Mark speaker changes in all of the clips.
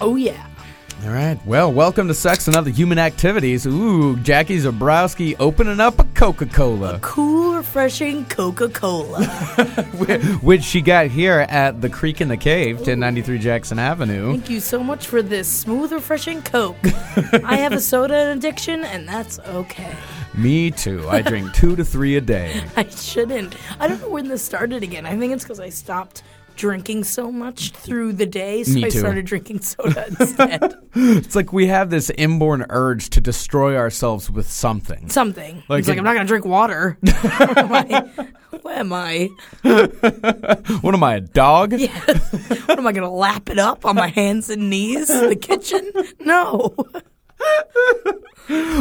Speaker 1: Oh, yeah.
Speaker 2: All right. Well, welcome to Sex and Other Human Activities. Ooh, Jackie Zabrowski opening up a Coca Cola,
Speaker 1: Cool, refreshing Coca Cola.
Speaker 2: which she got here at the Creek in the Cave, 1093 Jackson Avenue.
Speaker 1: Thank you so much for this smooth, refreshing Coke. I have a soda addiction, and that's okay.
Speaker 2: Me too. I drink two to three a day.
Speaker 1: I shouldn't. I don't know when this started again. I think it's because I stopped drinking so much through the day, so
Speaker 2: Me
Speaker 1: I
Speaker 2: too.
Speaker 1: started drinking soda instead.
Speaker 2: It's like we have this inborn urge to destroy ourselves with something.
Speaker 1: Something.
Speaker 2: Like
Speaker 1: it's like,
Speaker 2: it-
Speaker 1: I'm not going to drink water. Why- What am I?
Speaker 2: What am I, a dog?
Speaker 1: Yeah. what am I going to lap it up on my hands and knees in the kitchen? No.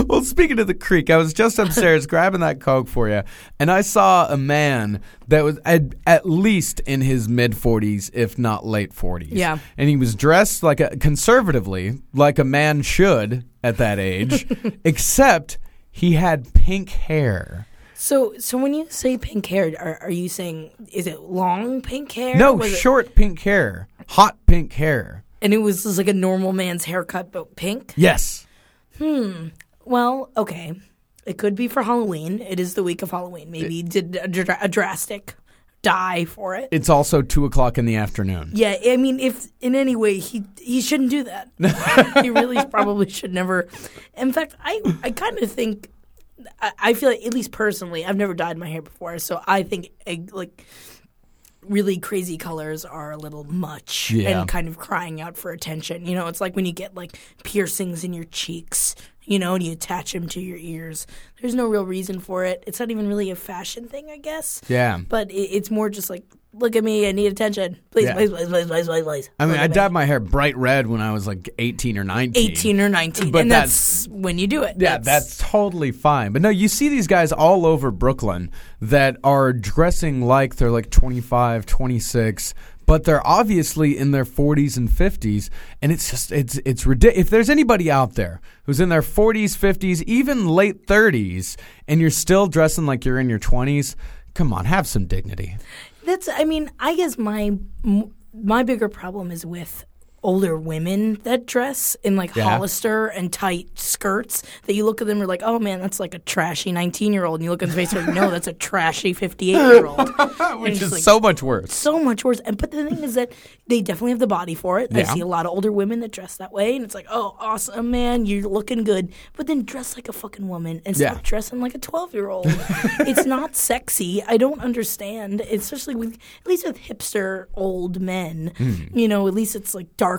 Speaker 2: Well, speaking of the creek, I was just upstairs grabbing that Coke for you, and I saw a man that was at, at least in his mid 40s, if not late 40s.
Speaker 1: Yeah.
Speaker 2: And he was dressed like a conservatively, like a man should at that age, except he had pink hair.
Speaker 1: So, so when you say pink hair, are, are you saying is it long pink hair?
Speaker 2: No,
Speaker 1: Was it-
Speaker 2: short pink hair, hot pink hair.
Speaker 1: and it was just like a normal man's haircut, but pink.
Speaker 2: Yes.
Speaker 1: Well, okay, it could be for Halloween. It is the week of Halloween. Maybe he did a, dr- a drastic dye for it.
Speaker 2: It's also two o'clock in the afternoon.
Speaker 1: Yeah, I mean, if in any way he he shouldn't do that. he really probably should never. In fact, I I kind of think I, I feel like at least personally, I've never dyed my hair before, so I think eh, like really crazy colors are a little much
Speaker 2: Yeah.
Speaker 1: and kind of crying out for attention. You know, it's like when you get like piercings in your cheeks. You know, and you attach them to your ears. There's no real reason for it. It's not even really a fashion thing, I guess
Speaker 2: Yeah.
Speaker 1: but it, it's more just like, look at me, I need attention. Please,
Speaker 2: Yeah.
Speaker 1: please, please, please, please, please, please.
Speaker 2: I mean,
Speaker 1: Look
Speaker 2: I
Speaker 1: at me.
Speaker 2: dyed my hair bright red when I was like 18 or 19.
Speaker 1: 18 or 19.
Speaker 2: But
Speaker 1: and that's, when you do it.
Speaker 2: Yeah, that's, totally fine. But no, you see these guys all over Brooklyn that are dressing like they're like 25, 26, but they're obviously in their 40s and 50s, and it's just it's it's ridiculous. If there's anybody out there who's in their 40s, 50s, even late 30s, and you're still dressing like you're in your 20s, come on, have some dignity.
Speaker 1: That's, I mean, I guess my m- my bigger problem is with older women that dress in like
Speaker 2: Yeah.
Speaker 1: Hollister and tight skirts that you look at them and you're like, oh man, that's like a trashy 19 year old. And you look in the face and you're like, no, that's a trashy 58 year old.
Speaker 2: Which is so much worse.
Speaker 1: so much worse. And but the thing is that they definitely have the body for it. I
Speaker 2: Yeah.
Speaker 1: see a lot of older women that dress that way, and it's like, oh, awesome, man, you're looking good. But then dress like a fucking woman and stop
Speaker 2: Yeah.
Speaker 1: dressing like a twelve year old. it's not sexy. I don't understand, especially with at least with hipster old men.
Speaker 2: Hmm.
Speaker 1: You know, at least it's like dark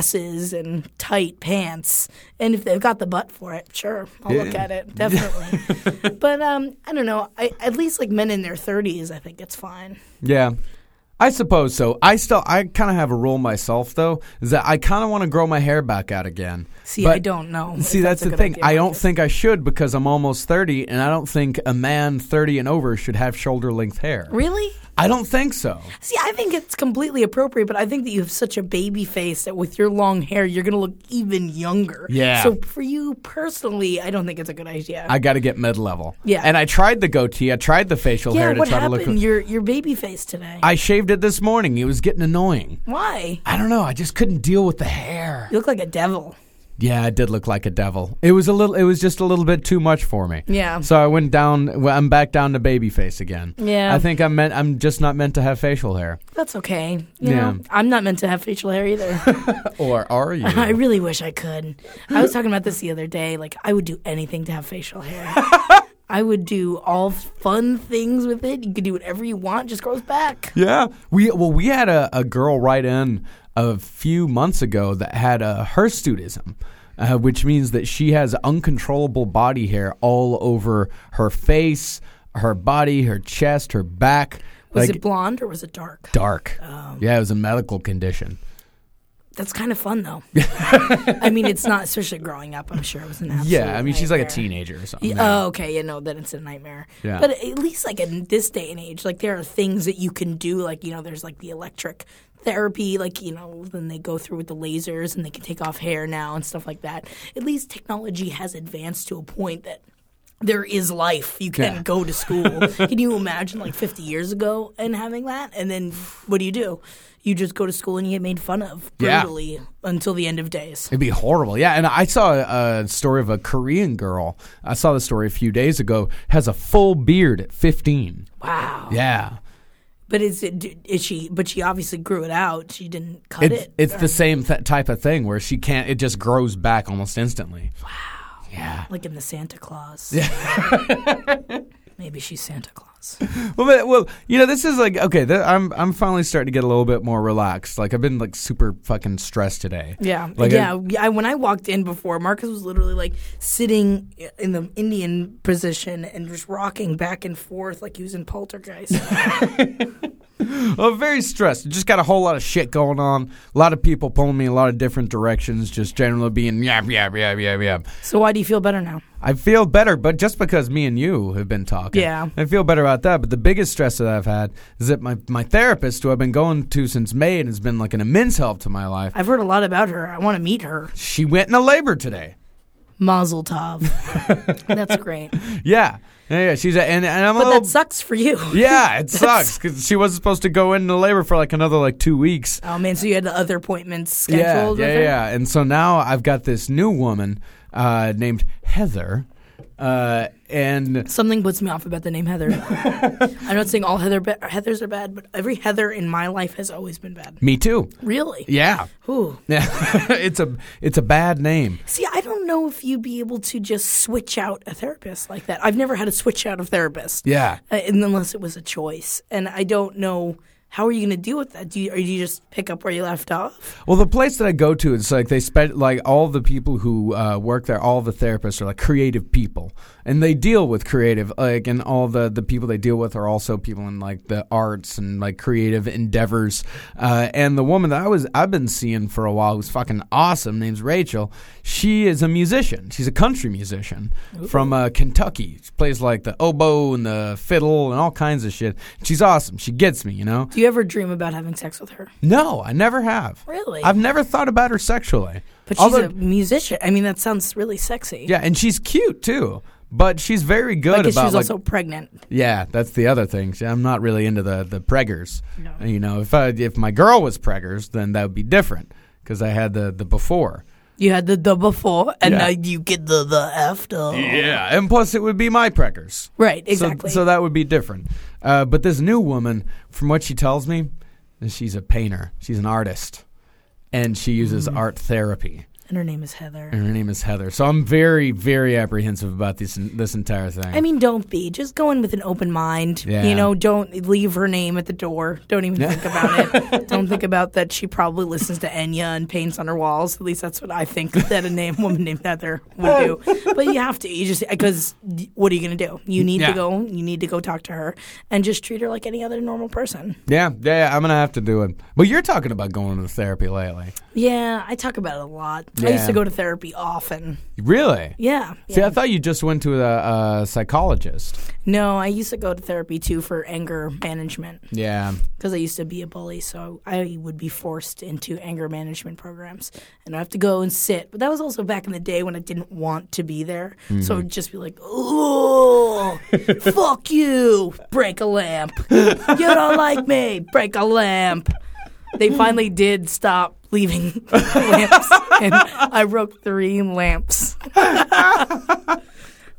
Speaker 1: glasses and tight pants. And if they've got the butt for it, sure, I'll look at it definitely. but um, I don't know. I, at least like men in their thirties, I think it's fine.
Speaker 2: Yeah. I suppose so. I still, I kind of have a rule myself though, is that I kind of want to grow my hair back out again.
Speaker 1: See, I
Speaker 2: But-
Speaker 1: don't know. if
Speaker 2: See, that's,
Speaker 1: a
Speaker 2: the
Speaker 1: good
Speaker 2: thing.
Speaker 1: idea,
Speaker 2: I don't
Speaker 1: Marcus.
Speaker 2: think I should because I'm almost 30, and I don't think a man 30 and over should have shoulder length hair.
Speaker 1: Really?
Speaker 2: I don't think so.
Speaker 1: See, I think it's completely appropriate, but I think that you have such a baby face that with your long hair, you're going to look even younger.
Speaker 2: Yeah.
Speaker 1: So for you personally, I don't think it's a good idea.
Speaker 2: I got to get mid level.
Speaker 1: Yeah.
Speaker 2: And I tried the goatee, I tried the facial
Speaker 1: yeah,
Speaker 2: hair to
Speaker 1: what
Speaker 2: try
Speaker 1: happened?
Speaker 2: to look.
Speaker 1: Your your baby face today.
Speaker 2: I shaved it this morning. It was getting annoying.
Speaker 1: Why?
Speaker 2: I don't know. I just couldn't deal with the hair.
Speaker 1: You look like a devil.
Speaker 2: Yeah, I did look like a devil. It was a little. It was just a little bit too much for me.
Speaker 1: Yeah.
Speaker 2: So I went down. well, I'm back down to baby face again.
Speaker 1: Yeah.
Speaker 2: I think I'm meant. I'm just not meant to have facial hair.
Speaker 1: That's okay. You
Speaker 2: Yeah.
Speaker 1: know, I'm not meant to have facial hair either.
Speaker 2: Or are you?
Speaker 1: I really wish I could. I was talking about this the other day. Like, I would do anything to have facial hair. I would do all fun things with it. You could do whatever you want, just grows back.
Speaker 2: Yeah. We well, we had a, a girl write in a few months ago that had a hirsutism. Uh, which means that she has uncontrollable body hair all over her face, her body, her chest, her back.
Speaker 1: Was it
Speaker 2: like
Speaker 1: Oh. blonde or was it dark?
Speaker 2: dark. yeah, it was a medical condition.
Speaker 1: That's kind of fun, though. I mean, it's not, especially growing up, I'm sure it was an absolute
Speaker 2: Yeah, I mean, she's like a
Speaker 1: nightmare.
Speaker 2: teenager or something.
Speaker 1: Yeah,
Speaker 2: Yeah.
Speaker 1: Oh, okay. Yeah, no, then it's a nightmare.
Speaker 2: Yeah.
Speaker 1: But at least, like, in this day and age, like, there are things that you can do. Like, you know, there's, like, the electric therapy. Like, you know, then they go through with the lasers and they can take off hair now and stuff like that. At least technology has advanced to a point that there is life. You can
Speaker 2: Yeah.
Speaker 1: go to school. can you imagine like 50 years ago and having that? And then what do you do? You just go to school and you get made fun of
Speaker 2: Yeah.
Speaker 1: brutally until the end of days.
Speaker 2: It'd be horrible. Yeah, and I saw a, a story of a Korean girl. I saw the story a few days ago. Has a full beard at 15.
Speaker 1: Wow.
Speaker 2: Yeah.
Speaker 1: But is it is she? But she obviously grew it out. She didn't cut
Speaker 2: It's,
Speaker 1: it.
Speaker 2: it's the same th- type of thing where she can't, it just grows back almost instantly. Wow. Yeah.
Speaker 1: like in the Santa Claus. Yeah. Maybe she's Santa Claus.
Speaker 2: Well, but, well, you know, this is like okay. Th- I'm I'm finally starting to get a little bit more relaxed. Like I've been like super fucking stressed today.
Speaker 1: Yeah,
Speaker 2: Like,
Speaker 1: yeah.
Speaker 2: I-
Speaker 1: I, when I walked in before, Marcus was literally like sitting in the Indian position and just rocking back and forth like he was in Poltergeist.
Speaker 2: I'm very stressed. Just got a whole lot of shit going on. A lot of people pulling me in a lot of different directions. Just generally being yap yap yap yap yap.
Speaker 1: so why do you feel better now?
Speaker 2: I feel better, but just because me and you have been talking,
Speaker 1: Yeah.
Speaker 2: I feel better about that. But the biggest stress that I've had is that my my therapist, who I've been going to since May, and has been like an immense help to my life.
Speaker 1: I've heard a lot about her. I want to meet her.
Speaker 2: She went into labor today.
Speaker 1: Mazel tov. That's great,
Speaker 2: Yeah, yeah. yeah, She's a, and, and I'm a
Speaker 1: but
Speaker 2: little
Speaker 1: that sucks for you.
Speaker 2: Yeah, it sucks because she wasn't supposed to go into labor for like another like two weeks.
Speaker 1: Oh man, so you had the other appointments
Speaker 2: Yeah,
Speaker 1: scheduled? with
Speaker 2: yeah,
Speaker 1: her?
Speaker 2: yeah. And so now I've got this new woman uh, named Heather, uh, and
Speaker 1: Something puts me off about the name Heather. I'm not saying all Heather ba- Heathers are bad, but every Heather in my life has always been bad.
Speaker 2: me too.
Speaker 1: Really?
Speaker 2: Yeah,
Speaker 1: Ooh.
Speaker 2: yeah. it's a it's a bad name.
Speaker 1: See, I don't know if you'd be able to just switch out a therapist like that. I've never had a switch out of therapist,
Speaker 2: Yeah.
Speaker 1: uh, and unless it was a choice. And I don't know how are you going to deal with that. Do you, or do you just pick up where you left off?
Speaker 2: Well, the place that I go to, it's like they spend like all the people who uh, work there, all the therapists are like creative people, and they deal with creative like, and all the the people they deal with are also people in like the arts and like creative endeavors. Uh, and the woman that I was I've been seeing for a while, who's fucking awesome, name's Rachel. She is a musician. She's a country musician from uh, Kentucky. She plays like the oboe and the fiddle and all kinds of shit. She's awesome. She gets me, you know.
Speaker 1: Do you ever dream about having sex with her?
Speaker 2: No, I never have.
Speaker 1: Really?
Speaker 2: I've never thought about her sexually.
Speaker 1: but she's
Speaker 2: Although-
Speaker 1: a musician. I mean, that sounds really sexy.
Speaker 2: yeah, and she's cute too. But she's very good
Speaker 1: like if she
Speaker 2: about
Speaker 1: was
Speaker 2: like
Speaker 1: also pregnant.
Speaker 2: yeah, that's the other thing. See, I'm not really into the the preggers. You know, if I, if my girl was preggers, then that would be different because I had the the before.
Speaker 1: You had the the before, and
Speaker 2: Yeah.
Speaker 1: now you get the the after.
Speaker 2: Yeah, and plus it would be my preggers.
Speaker 1: Right.
Speaker 2: So-
Speaker 1: Exactly.
Speaker 2: So, that would be different. Uh, but this new woman, from what she tells me, she's a painter. She's an artist, and she uses
Speaker 1: Mm.
Speaker 2: art therapy.
Speaker 1: and her name is Heather.
Speaker 2: And her name is Heather. So I'm very, very apprehensive about this this entire thing.
Speaker 1: I mean, don't be. Just go in with an open mind.
Speaker 2: Yeah.
Speaker 1: You know, don't leave her name at the door. Don't even think about it. Don't think about that she probably listens to Enya and paints on her walls. At least that's what I think that a name woman named Heather would do. But you have to. You just because what are you going to do? You need
Speaker 2: Yeah.
Speaker 1: to go. You need to go talk to her and just treat her like any other normal person.
Speaker 2: yeah, yeah, yeah, I'm gonna have to do it. But you're talking about going to therapy lately,
Speaker 1: Yeah, I talk about it a lot. I
Speaker 2: Yeah.
Speaker 1: used to go to therapy often.
Speaker 2: really?
Speaker 1: Yeah.
Speaker 2: See,
Speaker 1: yeah.
Speaker 2: I thought you just went to a, a psychologist.
Speaker 1: No, I used to go to therapy too for anger management.
Speaker 2: Yeah,
Speaker 1: because I used to be a bully, so I would be forced into anger management programs, and I have to go and sit. But that was also back in the day when I didn't want to be there, so I'd just be like, "Oh, fuck you! Break a lamp. You don't like me. Break a lamp." They finally did stop leaving lamps, and I broke three lamps.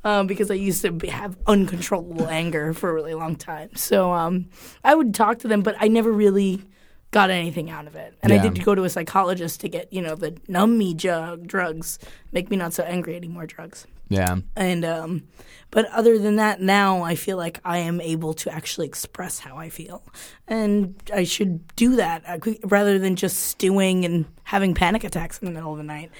Speaker 1: um, because I used to be, have uncontrollable anger for a really long time. So um, I would talk to them, but I never really got anything out of it. And
Speaker 2: Yeah.
Speaker 1: I did go to a psychologist to get, you know, the numb me jug drugs, make me not so angry anymore drugs.
Speaker 2: yeah,
Speaker 1: And um, but other than that, now I feel like I am able to actually express how I feel, and I should do that uh, qu- rather than just stewing and having panic attacks in the middle of the night,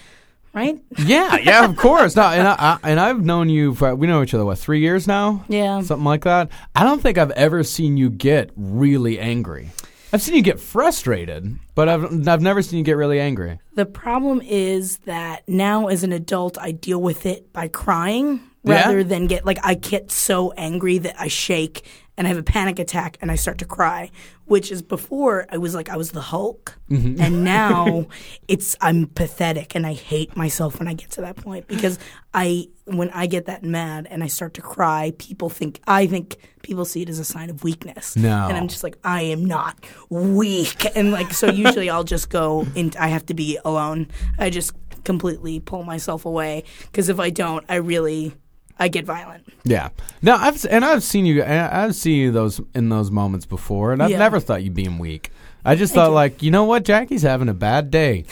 Speaker 1: right?
Speaker 2: yeah, yeah. Of course. No, and I, I and I've known you for we know each other what three years now.
Speaker 1: Yeah.
Speaker 2: something like that. I don't think I've ever seen you get really angry. I've seen you get frustrated, but I've I've never seen you get really angry.
Speaker 1: The problem is that now as an adult, I deal with it by crying
Speaker 2: Yeah.
Speaker 1: rather than get like I get so angry that I shake and I have a panic attack and I start to cry, which is before I was like I was the Hulk, and now it's I'm pathetic and I hate myself when I get to that point because I when I get that mad and I start to cry, people think I think people see it as a sign of weakness.
Speaker 2: No.
Speaker 1: and I'm just like I am not weak, and like so usually I'll just go and I have to be alone. I just completely pull myself away because if I don't, I really I get violent.
Speaker 2: Yeah. No, I've s- and I've seen you. and I've seen you those in those moments before, and I've
Speaker 1: Yeah.
Speaker 2: never thought you being weak. I just thought
Speaker 1: you.
Speaker 2: like, you know what, Jackie's having a bad day.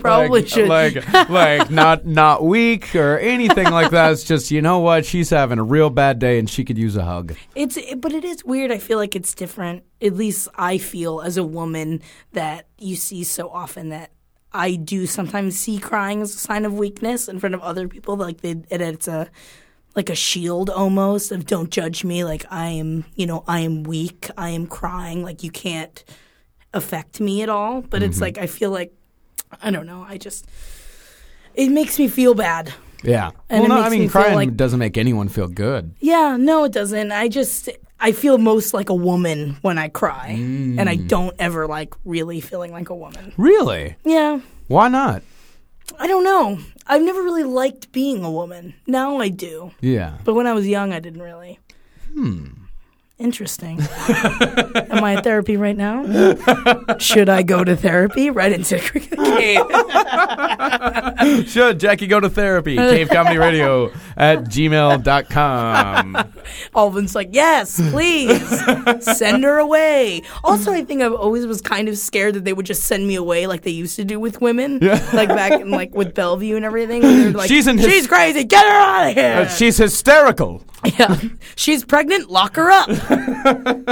Speaker 1: Probably
Speaker 2: like,
Speaker 1: should.
Speaker 2: like like not not weak or anything like that. It's just you know what, she's having a real bad day, and she could use a hug.
Speaker 1: It's it, but it is weird. I feel like it's different. At least I feel as a woman that you see so often that I do sometimes see crying as a sign of weakness in front of other people. Like they, and it's a like a shield almost of don't judge me. Like I am, you know, I am weak. I am crying. Like you can't affect me at all. But it's like I feel like I don't know. I just it makes me feel bad.
Speaker 2: Yeah.
Speaker 1: And it
Speaker 2: well, no, I
Speaker 1: makes
Speaker 2: mean,
Speaker 1: me feel
Speaker 2: crying
Speaker 1: like-
Speaker 2: doesn't make anyone feel good.
Speaker 1: Yeah, no, it doesn't. I just I feel most like a woman when I cry, and I don't ever like really feeling like a woman.
Speaker 2: Really?
Speaker 1: Yeah,
Speaker 2: Why not?
Speaker 1: I don't know. I've never really liked being a woman. Now I do,
Speaker 2: Yeah.
Speaker 1: but when I was young, I didn't really. Hmm. Interesting. Am I at therapy right now? Should I go to therapy? Right into the
Speaker 2: Should Jackie go to therapy? Cave Comedy Radio at gmail.com.
Speaker 1: Alvin's like, yes, please send her away. Also, I think I've always was kind of scared that they would just send me away like they used to do with women, like back in like with Bellevue and everything. They're like,
Speaker 2: She's in his-
Speaker 1: she's crazy. Get her out of
Speaker 2: Uh,
Speaker 1: here.
Speaker 2: She's hysterical.
Speaker 1: yeah, she's pregnant. Lock her up.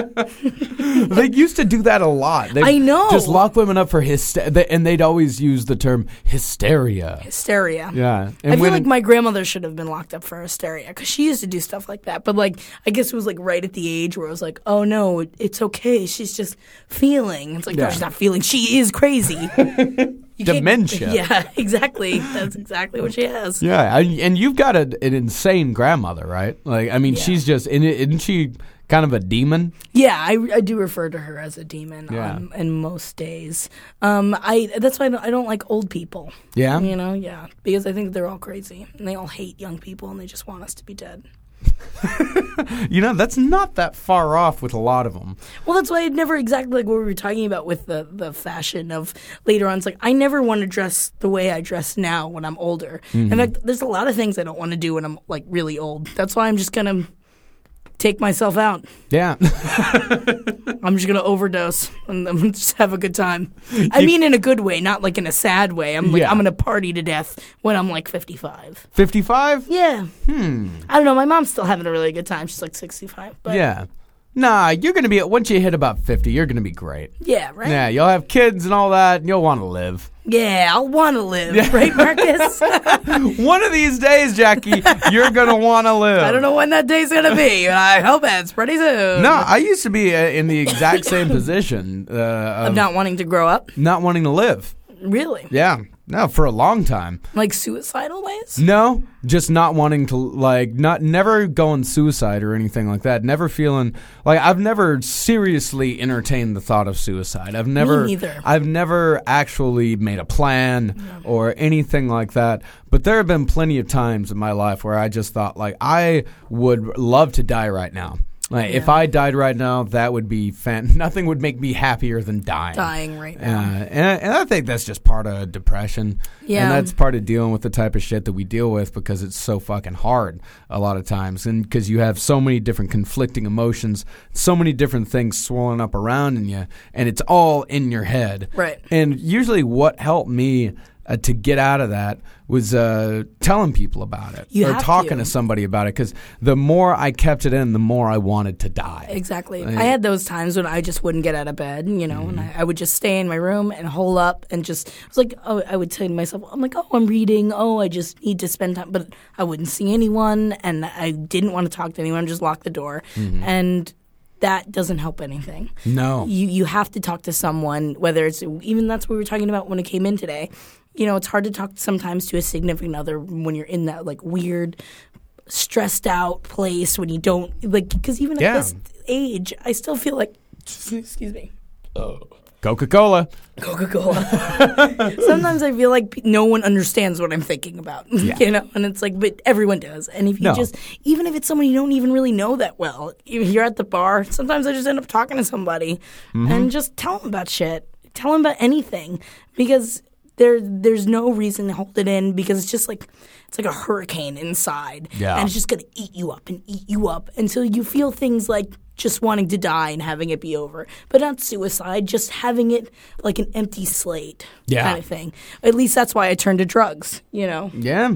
Speaker 2: They used to do that a lot. They
Speaker 1: I know.
Speaker 2: Just lock women up for hysteria. And they'd always use the term hysteria.
Speaker 1: Hysteria.
Speaker 2: Yeah. And
Speaker 1: I feel
Speaker 2: when-
Speaker 1: like my grandmother should have been locked up for hysteria because she used to do stuff like that. But like, I guess it was like right at the age where I was like, "Oh no, it- it's okay. She's just feeling." It's like,
Speaker 2: Yeah.
Speaker 1: no, she's not feeling. She is crazy. You can't-
Speaker 2: Dementia.
Speaker 1: Yeah, exactly. That's exactly what she has.
Speaker 2: yeah. And, and you've got a, an insane grandmother, right? Like, I mean,
Speaker 1: Yeah.
Speaker 2: she's just, and it- isn't she kind of a demon?
Speaker 1: Yeah, I, I do refer to her as a demon
Speaker 2: Yeah.
Speaker 1: on, in most days. Um, I that's why I don't, I don't like old people.
Speaker 2: Yeah.
Speaker 1: You know, yeah, because I think they're all crazy and they all hate young people and they just want us to be dead.
Speaker 2: You know, that's not that far off with a lot of them.
Speaker 1: Well, that's why I never exactly like what we were talking about with the, the fashion of later on. It's like I never want to dress the way I dress now when I'm older.
Speaker 2: Mm-hmm.
Speaker 1: In fact, there's a lot of things I don't want to do when I'm like really old. That's why I'm just gonna take myself out.
Speaker 2: Yeah.
Speaker 1: I'm just gonna overdose and I'm just have a good time. I mean, in a good way, not like in a sad way. I'm like
Speaker 2: Yeah.
Speaker 1: I'm gonna party to death when I'm like 55.
Speaker 2: 55?
Speaker 1: Yeah. Hmm. I don't know. My mom's still having a really good time. She's like 65. But yeah.
Speaker 2: Yeah. Nah, you're going to be, once you hit about 50, you're going to be great.
Speaker 1: Right.
Speaker 2: Yeah, you'll have kids and all that, and you'll want to live.
Speaker 1: Yeah. I'll want to live. Right, Marcus.
Speaker 2: One of these days, Jackie, you're going to want to live.
Speaker 1: I don't know when that day's gonna be. I hope it's pretty soon.
Speaker 2: No, I used to be uh, in the exact same position uh, of
Speaker 1: Of not wanting to grow up,
Speaker 2: not wanting to live.
Speaker 1: really,
Speaker 2: Yeah. No, for a long time.
Speaker 1: like suicidal ways.
Speaker 2: No, just not wanting to like not never going suicide or anything like that. Never feeling like I've never seriously entertained the thought of suicide. I've never
Speaker 1: neither.
Speaker 2: I've never actually made a plan or anything like that. But there have been plenty of times in my life where I just thought like I would love to die right now. Like if
Speaker 1: Yeah.
Speaker 2: I died right now, that would be fan- nothing would make me happier than dying.
Speaker 1: Dying right
Speaker 2: Uh,
Speaker 1: now.
Speaker 2: and, and I think that's just part of depression.
Speaker 1: Yeah.
Speaker 2: And that's part of dealing with the type of shit that we deal with because it's so fucking hard a lot of times. And because you have so many different conflicting emotions, so many different things swirling up around in you, and it's all in your head.
Speaker 1: Right.
Speaker 2: And usually what helped me. Uh, to get out of that was uh, telling people about it
Speaker 1: You
Speaker 2: or
Speaker 1: have
Speaker 2: talking to.
Speaker 1: to.
Speaker 2: somebody about it because the more I kept it in, the more I wanted to die.
Speaker 1: Exactly. I had those times when I just wouldn't get out of bed, you know, and I, I would just stay in my room and hole up and just, I was like, oh, I would say to myself, I'm like, oh, I'm reading. Oh, I just need to spend time. But I wouldn't see anyone and I didn't want to talk to anyone, just lock the door. And that doesn't help anything.
Speaker 2: No.
Speaker 1: You, you have to talk to someone, whether it's even that's what we were talking about when it came in today. You know, it's hard to talk sometimes to a significant other when you're in that like weird stressed out place when you don't like because even
Speaker 2: Yeah.
Speaker 1: at this age, I still feel like excuse me.
Speaker 2: Coca Cola.
Speaker 1: Coca Cola. Sometimes I feel like no one understands what I'm thinking about, you know, and it's like, but everyone does. And if you
Speaker 2: No.
Speaker 1: just, even if it's someone you don't even really know that well, you- you're at the bar. Sometimes I just end up talking to somebody
Speaker 2: Mm-hmm.
Speaker 1: and just tell them about shit, tell them about anything, because there, there's no reason to hold it in because it's just like it's like a hurricane inside,
Speaker 2: Yeah.
Speaker 1: and it's just gonna eat you up and eat you up until you feel things like just wanting to die and having it be over, but not suicide, just having it like an empty slate
Speaker 2: Yeah.
Speaker 1: kind of thing. At least that's why I turned to drugs, you know.
Speaker 2: Yeah.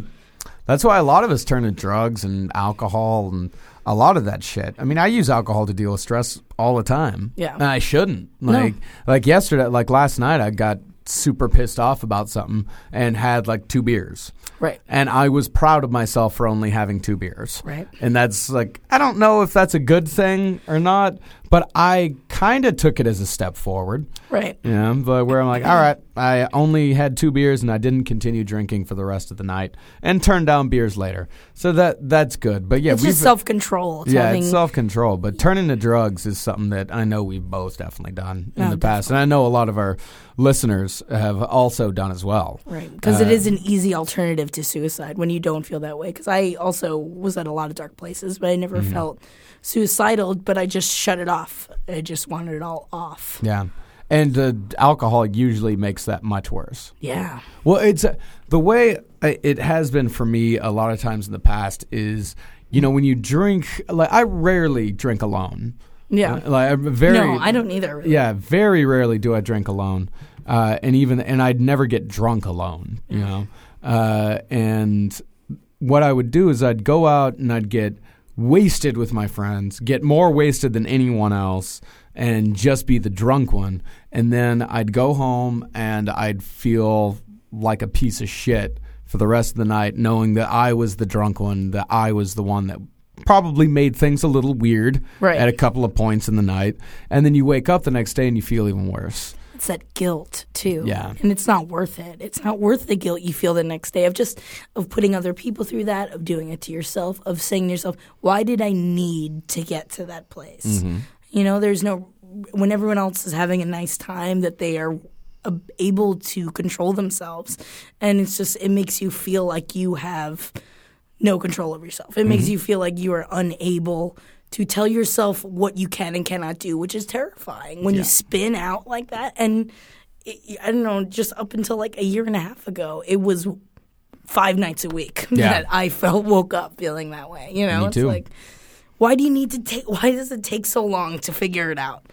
Speaker 2: That's why a lot of us turn to drugs and alcohol and a lot of that shit. I mean, I use alcohol to deal with stress all the time.
Speaker 1: Yeah.
Speaker 2: And I shouldn't. Like like yesterday, like last night I got super pissed off about something and had like two beers.
Speaker 1: Right.
Speaker 2: And I was proud of myself for only having two beers.
Speaker 1: Right.
Speaker 2: And that's like I don't know if that's a good thing or not, but I kind of took it as a step forward.
Speaker 1: Right.
Speaker 2: Yeah, but where I'm like, all right, I only had two beers and I didn't continue drinking for the rest of the night and turned down beers later. So that that's good. But yeah,
Speaker 1: It's just self control.
Speaker 2: yeah, it's self control. But turning to drugs is something that I know we've both definitely done in
Speaker 1: No,
Speaker 2: the past, and I know a lot of our listeners have also done as well.
Speaker 1: Right, because
Speaker 2: Uh,
Speaker 1: it is an easy alternative to suicide when you don't feel that way. Because I also was at a lot of dark places, but I never
Speaker 2: Mm-hmm.
Speaker 1: felt suicidal. But I just shut it off. I just wanted it all off.
Speaker 2: Yeah, and uh, alcohol usually makes that much worse.
Speaker 1: Yeah,
Speaker 2: Well, it's uh, the way I- it has been for me a lot of times in the past is, you know, when you drink, like I rarely drink alone.
Speaker 1: Yeah.
Speaker 2: Uh, Like I'm very
Speaker 1: no, I don't either.
Speaker 2: Yeah, very rarely do I drink alone. Uh, and even and I'd never get drunk alone, you know. Uh, and what I would do is I'd go out and I'd get wasted with my friends, get more wasted than anyone else, and just be the drunk one. And then I'd go home and I'd feel like a piece of shit for the rest of the night, knowing that I was the drunk one, that I was the one that probably made things a little weird
Speaker 1: Right.
Speaker 2: at a couple of points in the night. And then you wake up the next day and you feel even worse.
Speaker 1: It's that guilt too.
Speaker 2: Yeah.
Speaker 1: And it's not worth it. It's not worth the guilt you feel the next day of just of putting other people through that, of doing it to yourself, of saying to yourself, Why did I need to get to that place? You know, there's no when everyone else is having a nice time that they are uh, able to control themselves and it's just it makes you feel like you have no control over yourself. It
Speaker 2: Mm-hmm.
Speaker 1: makes you feel like you are unable to tell yourself what you can and cannot do, which is terrifying when you spin out like that. And it, I don't know, just up until like a year and a half ago, it was five nights a week
Speaker 2: Yeah.
Speaker 1: that I felt woke up feeling that way. You know,
Speaker 2: Me
Speaker 1: it's
Speaker 2: too.
Speaker 1: like, why do you need to take? Why does it take so long to figure it out?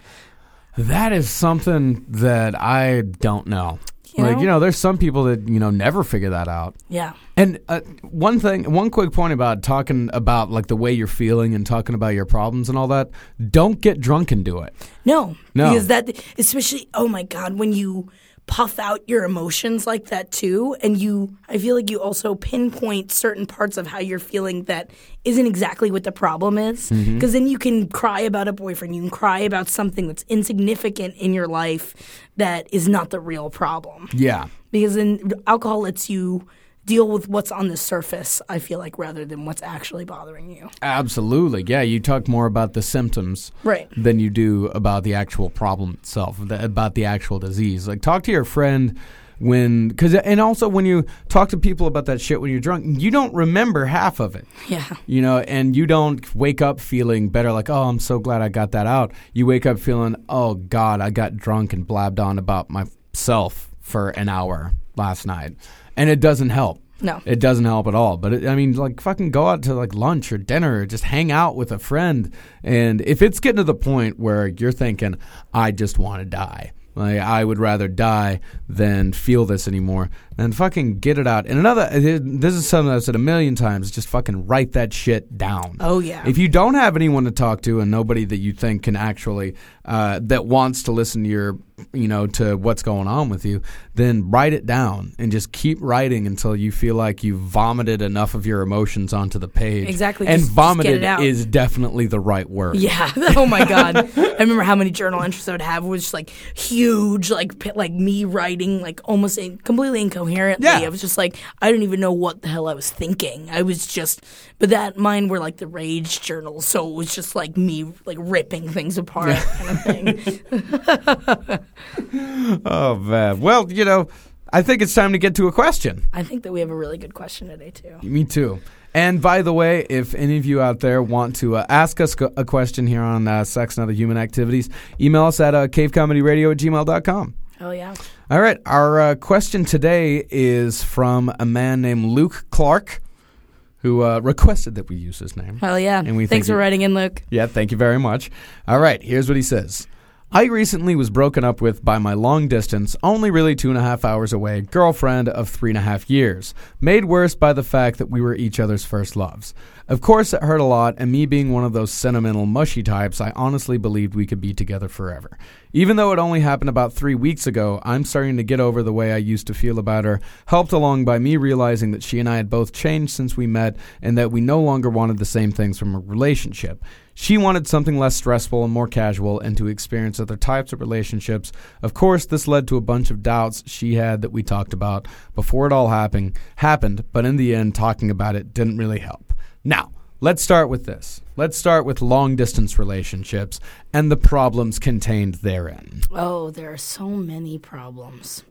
Speaker 2: That is something that I don't know.
Speaker 1: You
Speaker 2: like,
Speaker 1: know?
Speaker 2: you know, there's some people that, you know, never figure that out.
Speaker 1: Yeah,
Speaker 2: And uh, one thing, one quick point about talking about like the way you're feeling and talking about your problems and all that. Don't get drunk and do it.
Speaker 1: no,
Speaker 2: No.
Speaker 1: because that, especially, oh my god, when you puff out your emotions like that too, and you, I feel like you also pinpoint certain parts of how you're feeling that isn't exactly what the problem is, because then you can cry about a boyfriend, you can cry about something that's insignificant in your life that is not the real problem.
Speaker 2: Yeah.
Speaker 1: because then alcohol lets you deal with what's on the surface i feel like rather than what's actually bothering you
Speaker 2: Absolutely. Yeah, you talk more about the symptoms
Speaker 1: Right.
Speaker 2: than you do about the actual problem itself, th- about the actual disease. Like talk to your friend when cuz and also when you talk to people about that shit when you're drunk, you don't remember half of it.
Speaker 1: yeah
Speaker 2: You know, and you don't wake up feeling better like, "Oh, I'm so glad I got that out." You wake up feeling, "Oh god, I got drunk and blabbed on about myself for an hour last night." And it doesn't help.
Speaker 1: no
Speaker 2: It doesn't help at all. But it, I mean, like, fucking go out to like lunch or dinner or just hang out with a friend. And if it's getting to the point where you're thinking, I just want to die. Like, I would rather die than feel this anymore. Then fucking get it out. And another, uh, this is something I've said a million times. Just fucking write that shit down.
Speaker 1: Oh, yeah.
Speaker 2: If you don't have anyone to talk to and nobody that you think can actually uh, that wants to listen to your you know, to what's going on with you, then write it down and just keep writing until you feel like you've vomited enough of your emotions onto the page.
Speaker 1: Exactly,
Speaker 2: And
Speaker 1: just- just get
Speaker 2: vomited
Speaker 1: it out.
Speaker 2: is definitely the right word.
Speaker 1: Yeah. Oh my god. I remember how many journal entries I would have was just like huge, like pi- like me writing like almost in, completely incoherently.
Speaker 2: Yeah.
Speaker 1: I was just like I didn't even know what the hell I was thinking. I was just, but that mine were like the rage journals, so it was just like me like ripping things apart kind of thing.
Speaker 2: Oh man. Well, you know, I think it's time to get to a question.
Speaker 1: I think that we have a really good question today too.
Speaker 2: Me too. And by the way, if any of you out there want to uh, ask us co- a question here on uh, sex and other human activities, email us at uh, cavecomedyradio at gmail.com.
Speaker 1: Oh yeah.
Speaker 2: All right, our uh, question today is from a man named Luke Clark, who uh, requested that we use his name.
Speaker 1: Hell yeah.
Speaker 2: And we
Speaker 1: Thanks
Speaker 2: thank
Speaker 1: for
Speaker 2: you.
Speaker 1: writing in, Luke.
Speaker 2: Yeah, thank you very much. All right, here's what he says. I recently was broken up with by my long distance, only really two and a half hours away, girlfriend of three and a half years, made worse by the fact that we were each other's first loves. Of course, it hurt a lot, and me being one of those sentimental, mushy types, I honestly believed we could be together forever. Even though it only happened about three weeks ago, I'm starting to get over the way I used to feel about her, helped along by me realizing that she and I had both changed since we met and that we no longer wanted the same things from a relationship. She wanted something less stressful and more casual and to experience other types of relationships. Of course, this led to a bunch of doubts she had that we talked about before it all happening, happened, but in the end, talking about it didn't really help. Now, let's start with this. Let's start with long distance relationships and the problems contained therein.
Speaker 1: Oh, there are so many problems.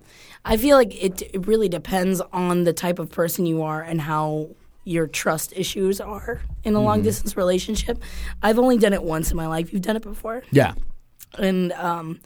Speaker 1: I feel like it, it really depends on the type of person you are and how your trust issues are in a long distance relationship. I've only done it once in my life. You've done it before?
Speaker 2: Yeah.
Speaker 1: and um,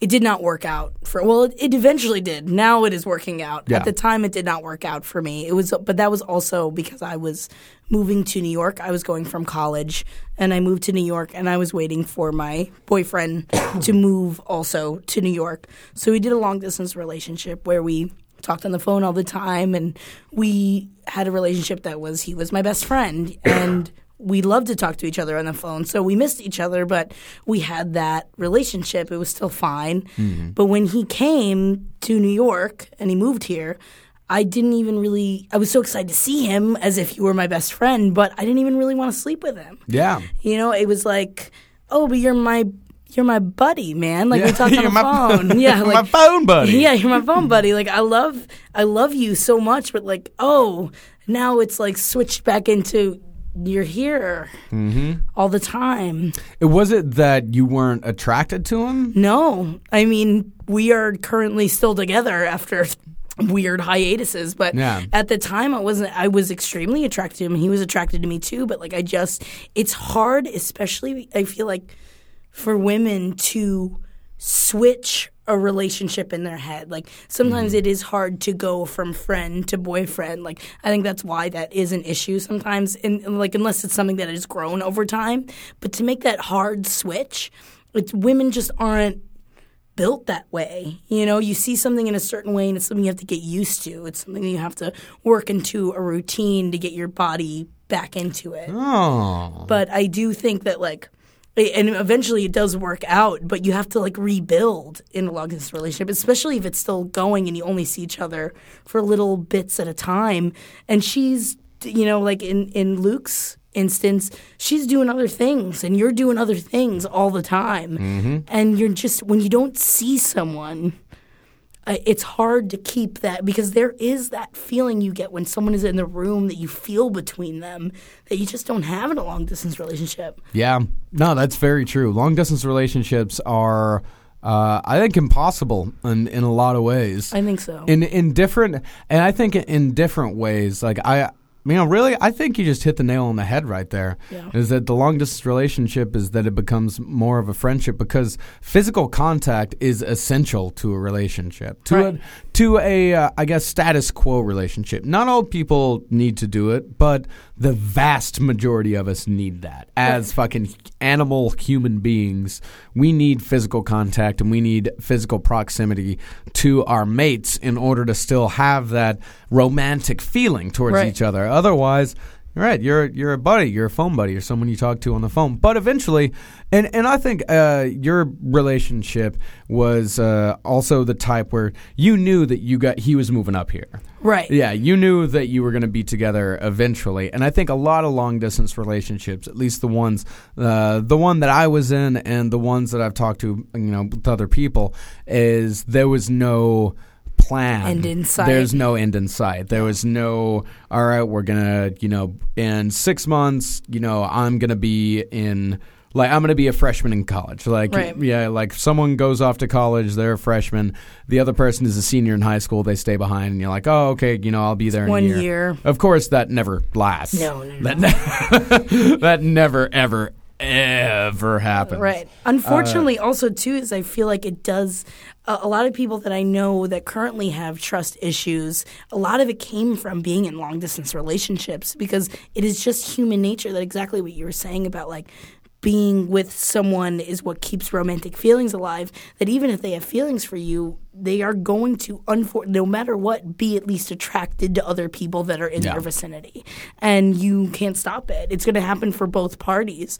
Speaker 1: it did not work out for well it, it eventually did now it is working out
Speaker 2: Yeah.
Speaker 1: at the time it did not work out for me it was but that was also because i was moving to new york i was going from college and i moved to new york and i was waiting for my boyfriend to move also to new york so we did a long distance relationship where we talked on the phone all the time and we had a relationship that was he was my best friend and we loved to talk to each other on the phone so we missed each other but we had that relationship it was still fine
Speaker 2: Mm-hmm.
Speaker 1: but when he came to new york and he moved here i didn't even really i was so excited to see him as if he were my best friend but i didn't even really want to sleep with him
Speaker 2: Yeah.
Speaker 1: you know, it was like, oh, but you're my you're my buddy, man. Like
Speaker 2: Yeah,
Speaker 1: we talked on
Speaker 2: you're
Speaker 1: the
Speaker 2: my-
Speaker 1: phone. yeah,
Speaker 2: my
Speaker 1: like,
Speaker 2: phone buddy.
Speaker 1: Yeah, you're my phone buddy. Like I love I love you so much, but like oh, now it's like switched back into you're here
Speaker 2: Mm-hmm.
Speaker 1: all the time.
Speaker 2: Was it that you weren't attracted to him?
Speaker 1: No, I mean we are currently still together after weird hiatuses, but
Speaker 2: Yeah.
Speaker 1: at the time I wasn't. I was extremely attracted to him. He was attracted to me too. But like I just, it's hard, especially I feel like for women to switch a relationship in their head. Like sometimes it is hard to go from friend to boyfriend. Like I think that's why that is an issue sometimes and like unless it's something that has grown over time, but to make that hard switch, it's women just aren't built that way. You know, you see something in a certain way and it's something you have to get used to. It's something you have to work into a routine to get your body back into it
Speaker 2: Oh.
Speaker 1: but I do think that like a- and eventually it does work out, but you have to like rebuild in a long distance relationship, especially if it's still going and you only see each other for little bits at a time. And she's, you know, like in, in Luke's instance, she's doing other things and you're doing other things all the time. And you're just, when you don't see someone, uh, it's hard to keep that because there is that feeling you get when someone is in the room that you feel between them that you just don't have in a long distance relationship.
Speaker 2: Yeah, no, that's very true. Long distance relationships are, uh, I think, impossible in, in a lot of ways.
Speaker 1: I think so.
Speaker 2: in in different, and I think in different ways. Like I, you know, really, I think you just hit the nail on the head right there.
Speaker 1: Yeah.
Speaker 2: Is that the long distance relationship is that it becomes more of a friendship because physical contact is essential to a relationship. To
Speaker 1: Right.
Speaker 2: a, to a, uh, I guess, status quo relationship. Not all people need to do it, but the vast majority of us need that. As fucking animal human beings, we need physical contact and we need physical proximity to our mates in order to still have that romantic feeling towards
Speaker 1: Right.
Speaker 2: each other. Otherwise, Right, you're you're a buddy, you're a phone buddy, you're someone you talk to on the phone. But eventually, and and I think uh, your relationship was uh, also the type where you knew that you got he was moving up here.
Speaker 1: Right.
Speaker 2: Yeah, you knew that you were going to be together eventually, and I think a lot of long distance relationships, at least the ones, uh, the one that I was in, and the ones that I've talked to, you know, with other people, is there was no plan
Speaker 1: End in sight.
Speaker 2: There's no end in sight. There was no, all right, we're going to, you know, in six months, you know, I'm going to be in, like, I'm going to be a freshman in college. Like,
Speaker 1: Right.
Speaker 2: yeah, like someone goes off to college, they're a freshman. The other person is a senior in high school, they stay behind, and you're like, oh, okay, you know, I'll be there in
Speaker 1: One
Speaker 2: a year.
Speaker 1: year.
Speaker 2: Of course, that never lasts.
Speaker 1: No, no, no.
Speaker 2: That, ne- that never, ever, ever happens. Uh,
Speaker 1: Right. Unfortunately, also too is I feel like it does. A, a lot of people that I know that currently have trust issues. A lot of it came from being in long distance relationships because it is just human nature. That exactly what you were saying about like being with someone is what keeps romantic feelings alive. That even if they have feelings for you, they are going to unfor- no matter what be at least attracted to other people that are in
Speaker 2: Yeah.
Speaker 1: their vicinity, and you can't stop it. It's going to happen for both parties.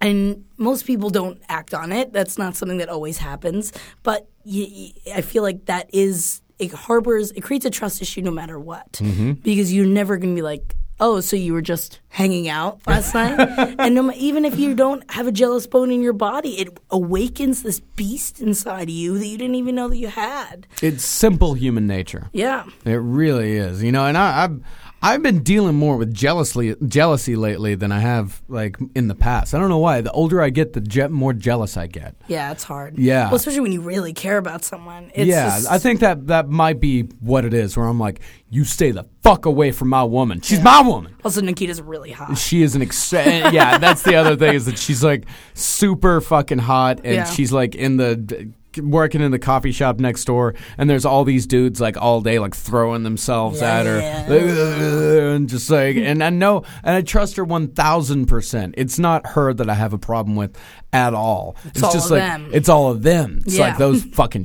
Speaker 1: And most people don't act on it. That's not something that always happens. But y- y- I feel like that is, it harbors, it creates a trust issue no matter what.
Speaker 2: Mm-hmm.
Speaker 1: Because you're never going to be like, oh, so you were just hanging out last night? And no, ma- even if you don't have a jealous bone in your body, it awakens this beast inside of you that you didn't even know that you had.
Speaker 2: It's simple human nature.
Speaker 1: Yeah.
Speaker 2: It really is, you know. And I, I've I've been dealing more with jealousy jealousy lately than I have like in the past. I don't know why. The older I get, the je- more jealous I get.
Speaker 1: Yeah, it's hard.
Speaker 2: Yeah.
Speaker 1: Well, especially when you really care about someone. It's
Speaker 2: yeah,
Speaker 1: just-
Speaker 2: I think that that might be what it is. Where I'm like, you stay the fuck away from my woman. She's my woman.
Speaker 1: Also, Nikita's really hot.
Speaker 2: She is an ex- yeah. That's the other thing is that she's like super fucking hot, and
Speaker 1: Yeah.
Speaker 2: she's like in the. Working in the coffee shop next door, and there's all these dudes like all day, like throwing themselves at her.
Speaker 1: Yeah.
Speaker 2: and just like and I know and I trust her one thousand percent. It's not her that I have a problem with at all. It's,
Speaker 1: all
Speaker 2: just
Speaker 1: of
Speaker 2: like
Speaker 1: them.
Speaker 2: it's all of them. It's like
Speaker 1: Yeah.
Speaker 2: those fucking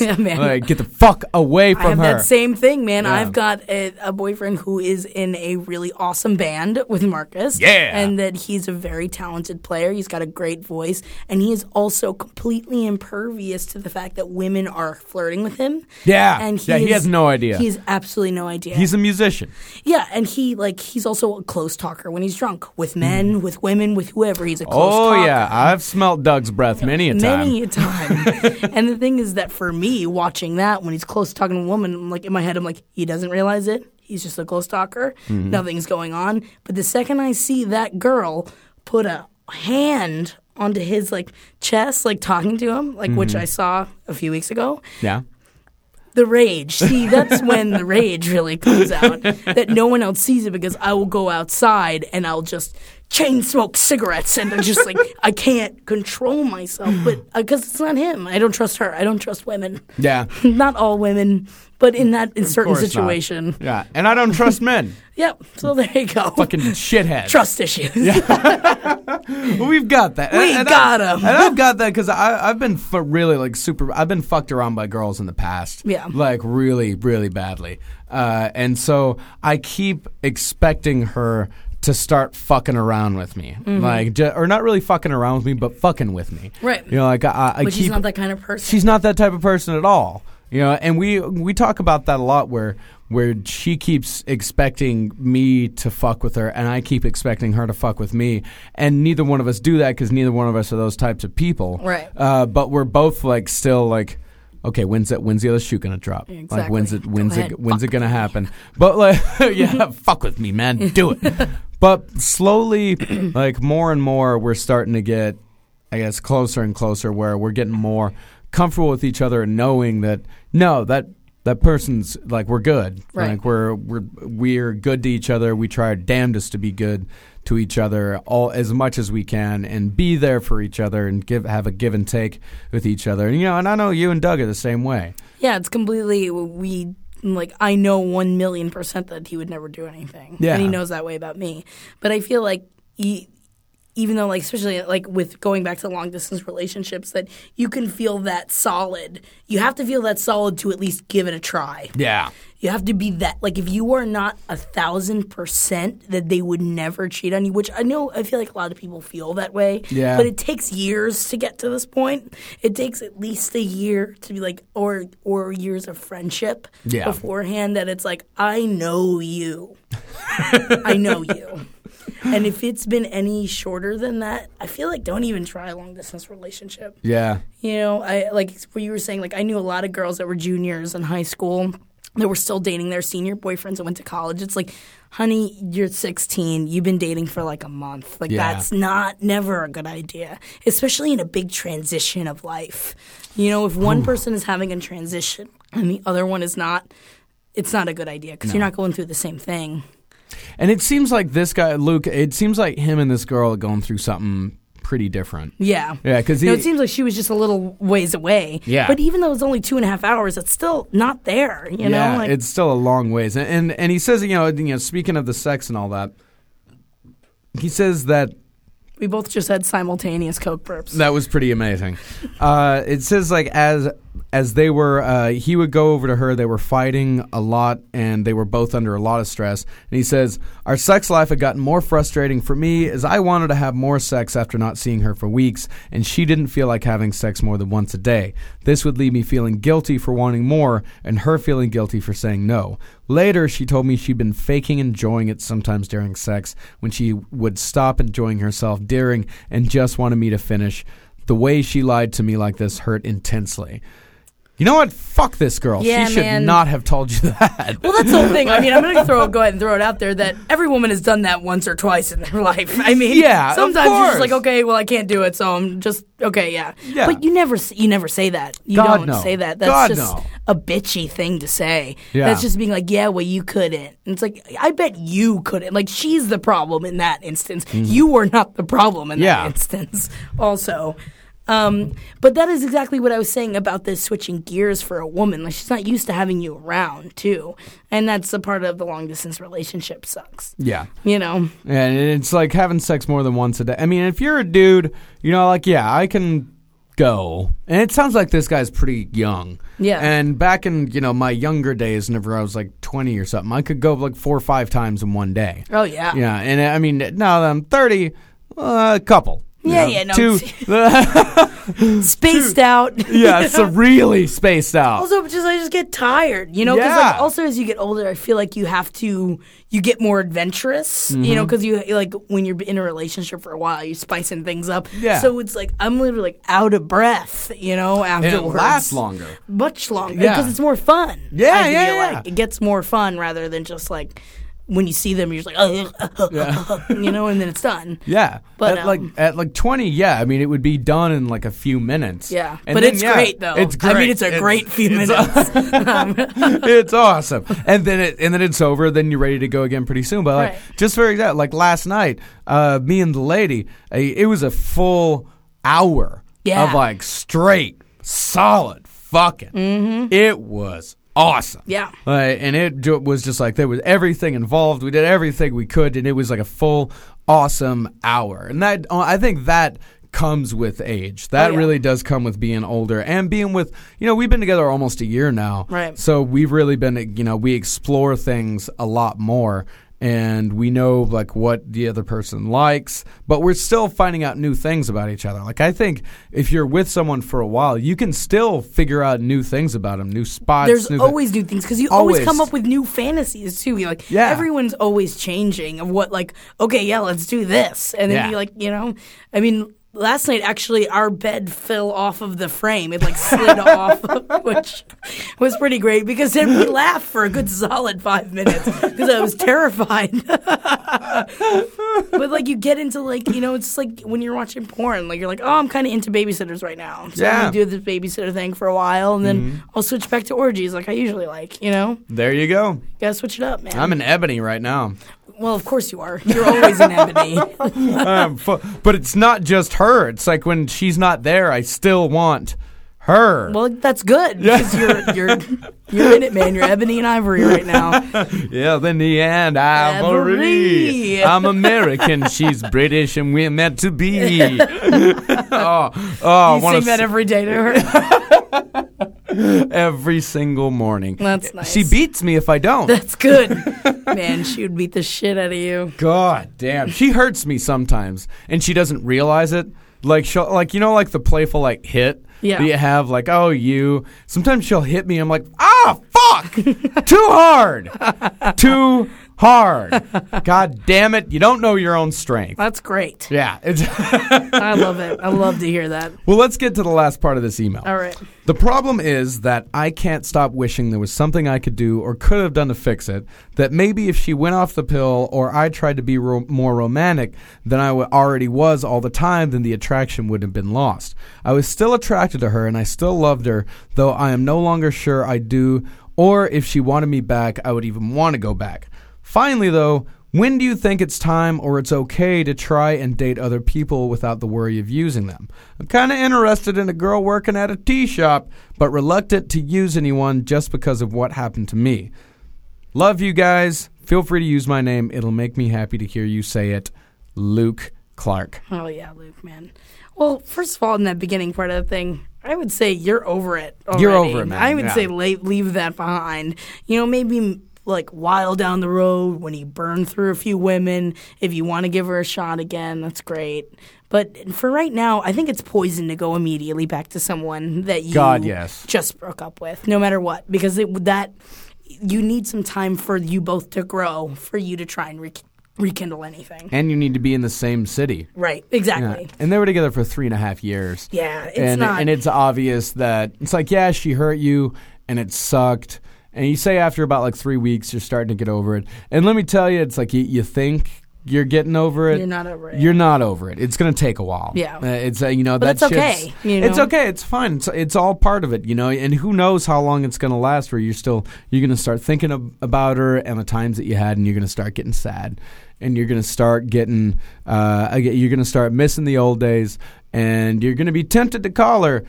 Speaker 1: Yeah, man.
Speaker 2: Like get the fuck
Speaker 1: I
Speaker 2: away
Speaker 1: have
Speaker 2: from her.
Speaker 1: that same thing, man.
Speaker 2: Yeah.
Speaker 1: I've got a, a boyfriend who is in a really awesome band with Marcus.
Speaker 2: Yeah.
Speaker 1: And that he's a very talented player. He's got a great voice. And he is also completely impervious to the fact that women are flirting with him.
Speaker 2: Yeah. Yeah, he has no idea.
Speaker 1: He has absolutely no idea.
Speaker 2: He's a musician.
Speaker 1: yeah, and he like he's also a close talker when he's drunk with men, with women, with whoever. He's a close
Speaker 2: Mm. oh
Speaker 1: talker.
Speaker 2: yeah, I've smelt Doug's breath many a time.
Speaker 1: Many a time. and the thing is that for me, watching that when he's close talking to a woman, I'm like in my head, I'm like, he doesn't realize it. He's just a close talker. Nothing's going on. But the second I see that girl put a hand onto his like chest, like talking to him, like which I saw a few weeks ago,
Speaker 2: yeah.
Speaker 1: the rage. See, that's when the rage really comes out. That no one else sees it because I will go outside and I'll just chain smoke cigarettes and I'm just like I can't control myself. But because it's not him, I don't trust her. I don't trust women.
Speaker 2: Yeah.
Speaker 1: Not all women, but in that in certain
Speaker 2: course not.
Speaker 1: situation.
Speaker 2: Yeah. And I don't trust men.
Speaker 1: Yep. So there you go.
Speaker 2: Fucking shitheads.
Speaker 1: Trust issues.
Speaker 2: Well, We've got that.
Speaker 1: We
Speaker 2: And- and
Speaker 1: got
Speaker 2: I-
Speaker 1: 'em.
Speaker 2: And I've got that because I've been fu- really like super. I've been fucked around by girls in the past.
Speaker 1: Yeah.
Speaker 2: Like really, really badly. Uh, and so I keep expecting her to start fucking around with me,
Speaker 1: Mm-hmm.
Speaker 2: like ju- or not really fucking around with me, but fucking with me.
Speaker 1: Right.
Speaker 2: You know, like I, I
Speaker 1: But
Speaker 2: keep
Speaker 1: she's not that kind of person.
Speaker 2: she's not that type of person at all. You know, and we we talk about that a lot where where she keeps expecting me to fuck with her and I keep expecting her to fuck with me and neither one of us do that cuz neither one of us are those types of people.
Speaker 1: Right.
Speaker 2: Uh, but we're both like still like okay, when's that when's the other shoe going to drop? Like when's
Speaker 1: Exactly.
Speaker 2: it when's
Speaker 1: Go
Speaker 2: it
Speaker 1: ahead,
Speaker 2: when's it
Speaker 1: fuck
Speaker 2: going to happen? But like yeah, fuck with me, man. Do it. but slowly like more and more we're starting to get I guess closer and closer where we're getting more comfortable with each other and knowing that no that that person's like we're good
Speaker 1: Right.
Speaker 2: like we're we're we're good to each other we try our damnedest to be good to each other all as much as we can and be there for each other and give have a give and take with each other and you know and I know you and Doug are the same way
Speaker 1: Yeah, it's completely we like I know one million percent that he would never do anything,
Speaker 2: Yeah.
Speaker 1: and he knows that way about me. But I feel like he, e, even though like especially like with going back to long distance relationships that you can feel that solid. You have to feel that solid to at least give it a try.
Speaker 2: Yeah.
Speaker 1: You have to be that like if you are not a thousand percent that they would never cheat on you, which I know I feel like a lot of people feel that way.
Speaker 2: Yeah.
Speaker 1: But it takes years to get to this point. It takes at least a year to be like or or years of friendship
Speaker 2: Yeah.
Speaker 1: beforehand that it's like, I know you. I know you. And if it's been any shorter than that, I feel like don't even try a long distance relationship.
Speaker 2: Yeah.
Speaker 1: You know, I like what you were saying. Like, I knew a lot of girls that were juniors in high school that were still dating their senior boyfriends that went to college. It's like, honey, you're 16. You've been dating for like a month. Like,
Speaker 2: Yeah.
Speaker 1: that's not never a good idea, especially in a big transition of life. You know, if one person is having a transition and the other one is not, it's not a good idea because you're not going through the same thing.
Speaker 2: And it seems like this guy, Luke, it seems like him and this girl are going through something pretty different.
Speaker 1: Yeah.
Speaker 2: Yeah, because
Speaker 1: No, it seems like she was just a little ways away.
Speaker 2: Yeah.
Speaker 1: But even though it's only two and a half hours, it's still not there. You
Speaker 2: yeah,
Speaker 1: know, like,
Speaker 2: it's still a long ways. And, and and he says, you know, you know, speaking of the sex and all that, he says that
Speaker 1: We both just had simultaneous coke burps.
Speaker 2: That was pretty amazing. Uh, it says like as as they were, uh, he would go over to her. They were fighting a lot, and they were both under a lot of stress. And he says, "Our sex life had gotten more frustrating for me, as I wanted to have more sex after not seeing her for weeks, and she didn't feel like having sex more than once a day. This would leave me feeling guilty for wanting more, and her feeling guilty for saying no. Later, she told me she'd been faking enjoying it sometimes during sex when she would stop enjoying herself during and just wanted me to finish. The way she lied to me like this hurt intensely. You know what? Fuck this girl.
Speaker 1: Yeah,
Speaker 2: she should
Speaker 1: man.
Speaker 2: not have told you that.
Speaker 1: Well, that's the whole thing. I mean, I'm going to throw go ahead and throw it out there that every woman has done that once or twice in their life. I mean,
Speaker 2: Yeah, of
Speaker 1: sometimes you're just
Speaker 2: course.
Speaker 1: like, okay, well, I can't do it, so I'm just okay, yeah.
Speaker 2: Yeah.
Speaker 1: But you never s- you never say that. You
Speaker 2: God,
Speaker 1: don't
Speaker 2: no.
Speaker 1: say that. That's
Speaker 2: God,
Speaker 1: just
Speaker 2: no.
Speaker 1: a bitchy thing to say.
Speaker 2: Yeah.
Speaker 1: That's just being like, yeah, well, you couldn't. And it's like, I bet you couldn't. Like, she's the problem in that instance.
Speaker 2: Mm-hmm.
Speaker 1: You were not the problem in
Speaker 2: Yeah.
Speaker 1: that instance. Also. Um, but that is exactly what I was saying about this switching gears for a woman. Like she's not used to having you around too, and that's the part of the long distance relationship sucks.
Speaker 2: yeah.
Speaker 1: You know,
Speaker 2: And it's like having sex more than once a day. I mean, if you're a dude, you know, like, yeah, I can go. And it sounds like this guy's pretty young.
Speaker 1: Yeah.
Speaker 2: And back in, you know, my younger days, whenever I was like 20 or something, I could go like four or five times in one day.
Speaker 1: oh yeah,
Speaker 2: Yeah. And I mean, now that I'm 30, uh, a couple. you
Speaker 1: Yeah, yeah, no,
Speaker 2: know, Two.
Speaker 1: spaced out.
Speaker 2: yeah, it's a really spaced out.
Speaker 1: Also, just I just get tired, you know. Because
Speaker 2: Yeah.
Speaker 1: like, also as you get older, I feel like you have to you get more adventurous, you
Speaker 2: Mm-hmm.
Speaker 1: know. Because you like when you're in a relationship for a while, you're spicing things up.
Speaker 2: Yeah.
Speaker 1: So it's like I'm literally like out of breath, you know.
Speaker 2: and it
Speaker 1: Afterwards,
Speaker 2: lasts longer.
Speaker 1: much longer
Speaker 2: Yeah.
Speaker 1: because it's more fun.
Speaker 2: Yeah,
Speaker 1: I feel
Speaker 2: yeah, yeah.
Speaker 1: Like. It gets more fun rather than just like when you see them, you're just like, you know, and then it's done.
Speaker 2: Yeah,
Speaker 1: But,
Speaker 2: at like
Speaker 1: um,
Speaker 2: at like twenty, yeah. I mean, it would be done in like a few minutes.
Speaker 1: Yeah,
Speaker 2: And
Speaker 1: but
Speaker 2: then,
Speaker 1: it's
Speaker 2: yeah,
Speaker 1: great though.
Speaker 2: It's great.
Speaker 1: I mean, it's a great few minutes.
Speaker 2: it's awesome. And then it and then it's over. Then you're ready to go again pretty soon. But like
Speaker 1: Right.
Speaker 2: just for example, like last night, uh, me and the lady, uh, it was a full hour
Speaker 1: Yeah.
Speaker 2: of like straight, solid fucking. Mm-hmm. It was awesome.
Speaker 1: Yeah.
Speaker 2: Like, and it ju- was just like there was everything involved. We did everything we could, and it was like a full awesome hour. And that uh, I think that comes with age. That
Speaker 1: Oh, yeah.
Speaker 2: really does come with being older and being with you know we've been together almost a year now.
Speaker 1: Right.
Speaker 2: So we've really been you know we explore things a lot more. And we know like what the other person likes, but we're still finding out new things about each other. Like I think if you're with someone for a while, you can still figure out new things about them, new spots.
Speaker 1: There's
Speaker 2: new thi-
Speaker 1: always new things because you always.
Speaker 2: Always.
Speaker 1: come up with new fantasies too. You're like,
Speaker 2: Yeah.
Speaker 1: everyone's always changing of what, like, okay, yeah, let's do this, and then
Speaker 2: Yeah.
Speaker 1: you like, you know, I mean. Last night, actually, our bed fell off of the frame. It like slid off, which was pretty great because then we laughed for a good solid five minutes because I was terrified. but like, you get into like, you know, it's just like when you're watching porn, like you're like, oh, I'm kind of into babysitters right now. So
Speaker 2: Yeah. Mm-hmm.
Speaker 1: I'm gonna do this babysitter thing for a while, and then I'll switch back to orgies like I usually like. You know,
Speaker 2: There you go.
Speaker 1: gotta switch it up, man.
Speaker 2: I'm in ebony right now.
Speaker 1: well, of course you are. You're always in ebony.
Speaker 2: Um, fu- but it's not just her. It's like when she's not there, I still want her.
Speaker 1: Well, that's good because you're you're you're in it, man. You're ebony and ivory right now.
Speaker 2: Yeah, in the end, I'm Marie.
Speaker 1: Marie.
Speaker 2: I'm American. She's British, and we're meant to be. oh, oh, I
Speaker 1: You
Speaker 2: want
Speaker 1: sing that
Speaker 2: to
Speaker 1: every day to her.
Speaker 2: every single morning.
Speaker 1: That's nice.
Speaker 2: She beats me if I don't.
Speaker 1: That's good, man. She would beat the shit out of you.
Speaker 2: God damn, she hurts me sometimes, and she doesn't realize it. Like she'll like you know like the playful like hit
Speaker 1: Yeah.
Speaker 2: that you have like oh you. Sometimes she'll hit me. I'm like ah fuck, too hard, too hard. God damn it, you don't know your own strength.
Speaker 1: That's great.
Speaker 2: Yeah. It's
Speaker 1: I love it. I love to hear that.
Speaker 2: well, let's get to the last part of this email.
Speaker 1: All right.
Speaker 2: The problem is that I can't stop wishing there was something I could do or could have done to fix it. That maybe if she went off the pill or I tried to be ro- more romantic than I wa- already was all the time, then the attraction would have been lost. I was still attracted to her and I still loved her, though I am no longer sure I do or if she wanted me back, I would even want to go back. Finally, though, when do you think it's time or it's okay to try and date other people without the worry of using them? I'm kind of interested in a girl working at a tea shop, but reluctant to use anyone just because of what happened to me. Love you guys. Feel free to use my name. It'll make me happy to hear you say it. Luke Clark.
Speaker 1: Oh yeah, Luke, man. Well, first of all, in that beginning part of the thing, I would say you're over it. Already.
Speaker 2: You're over it, man.
Speaker 1: I would
Speaker 2: Yeah.
Speaker 1: say leave, leave that behind. You know, maybe like while down the road when you burn through a few women, if you want to give her a shot again, that's great. But for right now, I think it's poison to go immediately back to someone that you
Speaker 2: God, yes.
Speaker 1: just broke up with, no matter what, because it, that you need some time for you both to grow, for you to try and rek rekindle anything.
Speaker 2: And you need to be in the same city.
Speaker 1: Right,
Speaker 2: Yeah.
Speaker 1: exactly.
Speaker 2: And they were together for three and a half years.
Speaker 1: Yeah, it's
Speaker 2: and,
Speaker 1: not.
Speaker 2: and it's obvious that it's like, yeah, she hurt you and it sucked. And you say after about like three weeks, you're starting to get over it. And let me tell you, it's like you, you think you're getting over it.
Speaker 1: You're not over it.
Speaker 2: You're not over it. It's going to take a while.
Speaker 1: Yeah.
Speaker 2: Uh, it's, uh, you know,
Speaker 1: But
Speaker 2: that
Speaker 1: it's okay,
Speaker 2: shit's-
Speaker 1: you
Speaker 2: It's
Speaker 1: know?
Speaker 2: okay. It's fine. It's, it's all part of it, you know, and who knows how long it's going to last where you're still, you're going to start thinking ab- about her and the times that you had and you're going to start getting sad and you're going to start getting, uh, I get- you're going to start missing the old days and you're going to be tempted to call her.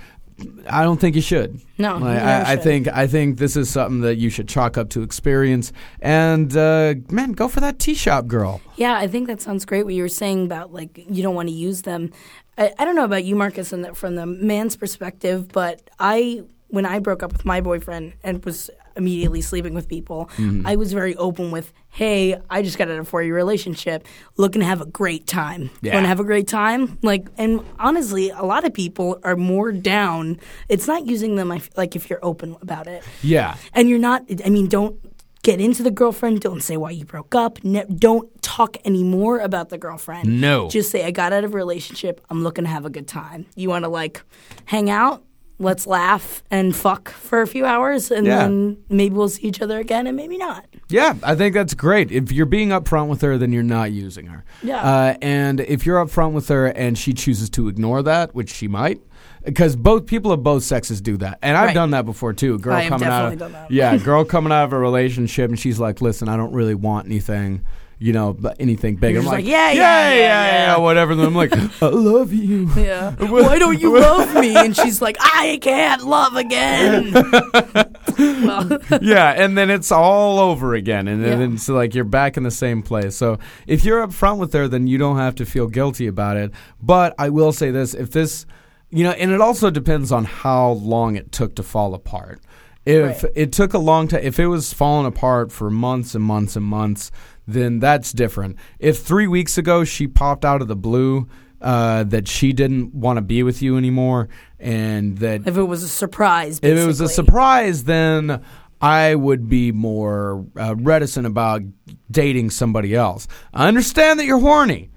Speaker 2: I don't think you should.
Speaker 1: No,
Speaker 2: Like,
Speaker 1: you never
Speaker 2: I, I
Speaker 1: should.
Speaker 2: think I think this is something that you should chalk up to experience. And uh, man, go for that tea shop girl.
Speaker 1: Yeah, I think that sounds great. What you were saying about like you don't want to use them. I, I don't know about you, Marcus, and that from the man's perspective, but I when I broke up with my boyfriend and was immediately sleeping with people, I was very open with, "Hey, I just got out of a four-year relationship, looking to have a great time.
Speaker 2: Yeah.
Speaker 1: Want to have a great time?" Like, and honestly, a lot of people are more down. It's not using them. I f- like if you're open about it
Speaker 2: Yeah.
Speaker 1: and you're not i mean don't get into the girlfriend don't say why you broke up ne- don't talk anymore about the girlfriend
Speaker 2: No.
Speaker 1: just say i got out of a relationship i'm looking to have a good time you want to like hang out let's laugh and fuck for a few hours and
Speaker 2: Yeah.
Speaker 1: then maybe we'll see each other again and maybe not
Speaker 2: Yeah, I think that's great. If you're being upfront with her, then you're not using her.
Speaker 1: Yeah.
Speaker 2: Uh, and if you're upfront with her and she chooses to ignore that, which she might, because both people of both sexes do that, and I've
Speaker 1: Right.
Speaker 2: done that before too. A Girl
Speaker 1: I have
Speaker 2: coming out, of,
Speaker 1: definitely done that.
Speaker 2: yeah, a girl coming out of a relationship, and she's like, "Listen, I don't really want anything." You know, but anything big.
Speaker 1: You're
Speaker 2: I'm
Speaker 1: just
Speaker 2: like,
Speaker 1: like, yeah, yeah,
Speaker 2: yeah,
Speaker 1: yeah,
Speaker 2: yeah,
Speaker 1: yeah."
Speaker 2: whatever. And I'm like, I love you.
Speaker 1: yeah why don't you love me and she's like i can't love again well
Speaker 2: yeah, and then it's all over again, and then,
Speaker 1: Yeah.
Speaker 2: it's like you're back in the same place. So if you're up front with her, then you don't have to feel guilty about it. But I will say this: if this, you know, and it also depends on how long it took to fall apart. If
Speaker 1: Right.
Speaker 2: it took a long time, if it was falling apart for months and months and months, then that's different. If three weeks ago she popped out of the blue. Uh, that she didn't want to be with you anymore, and that
Speaker 1: if it was a surprise
Speaker 2: if it was a
Speaker 1: basically.
Speaker 2: surprise, then I would be more uh, reticent about dating somebody else. I understand that you're horny.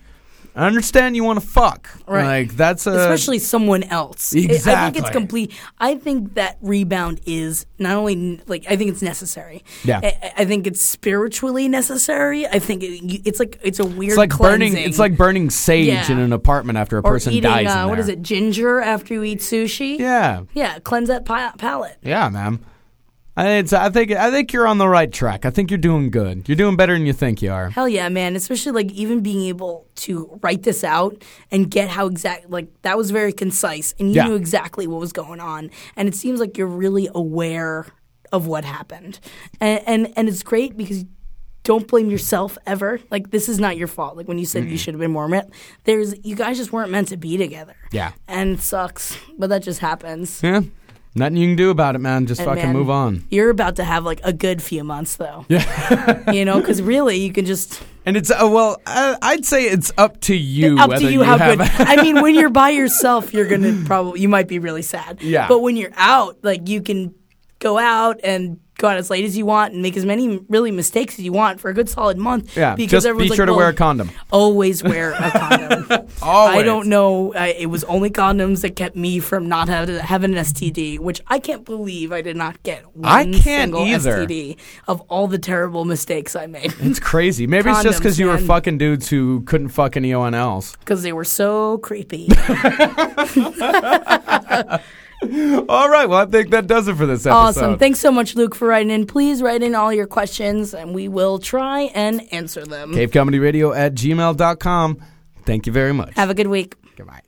Speaker 2: I understand you want to fuck.
Speaker 1: Right.
Speaker 2: Like that's a
Speaker 1: especially someone else. I- I think
Speaker 2: Exactly.
Speaker 1: it's complete. I think that rebound is not only n- like I think it's necessary.
Speaker 2: Yeah.
Speaker 1: I- I, I think it's spiritually necessary. I think it, you- it's like it's a weird.
Speaker 2: It's like burning.
Speaker 1: cleansing.
Speaker 2: It's like burning sage
Speaker 1: Yeah.
Speaker 2: in an apartment after a
Speaker 1: or
Speaker 2: person
Speaker 1: eating,
Speaker 2: dies.
Speaker 1: Uh,
Speaker 2: in
Speaker 1: What
Speaker 2: there.
Speaker 1: is it? Ginger after you eat sushi.
Speaker 2: Yeah,
Speaker 1: Yeah, cleanse that pi- palate.
Speaker 2: yeah, man. I, it's, I think I think you're on the right track. I think you're doing good. You're doing better than you think you are.
Speaker 1: Hell yeah, man. Especially like even being able to write this out and get how exact like that was very concise and you
Speaker 2: Yeah.
Speaker 1: knew exactly what was going on. And it seems like you're really aware of what happened. And and, and it's great because don't blame yourself ever. Like this is not your fault. Like when you said you should have been more met, there's you guys just weren't meant to be together.
Speaker 2: Yeah.
Speaker 1: And it sucks. But that just happens.
Speaker 2: Yeah. Nothing you can do about it, man. Just
Speaker 1: And,
Speaker 2: fucking
Speaker 1: man,
Speaker 2: move on.
Speaker 1: You're about to have like a good few months though. Yeah. you know, because really you can just
Speaker 2: And it's uh, well, I, I'd say it's up to you.
Speaker 1: up
Speaker 2: whether
Speaker 1: to you how
Speaker 2: have,
Speaker 1: good. I mean, when you're by yourself, you're gonna probably you might be really sad.
Speaker 2: Yeah.
Speaker 1: But when you're out, like you can go out and go out as late as you want and make as many really mistakes as you want for a good solid month.
Speaker 2: Yeah, just be sure to
Speaker 1: well,
Speaker 2: wear a condom.
Speaker 1: Always wear a condom.
Speaker 2: Always.
Speaker 1: I don't know. I, it was only condoms that kept me from not have, having an STD, which I can't believe I did not get one
Speaker 2: I can't
Speaker 1: single
Speaker 2: either.
Speaker 1: STD of all the terrible mistakes I made
Speaker 2: It's crazy. Maybe it's just because
Speaker 1: Condoms,
Speaker 2: you were
Speaker 1: man.
Speaker 2: fucking dudes who couldn't fuck anyone else.
Speaker 1: because they were so creepy.
Speaker 2: All right. Well, I think that does it for this episode.
Speaker 1: Awesome. Thanks so much, Luke, for writing in. Please write in all your questions and we will try and answer them.
Speaker 2: CaveComedyRadio at gmail.com. Thank you very much.
Speaker 1: Have a good week.
Speaker 2: Goodbye.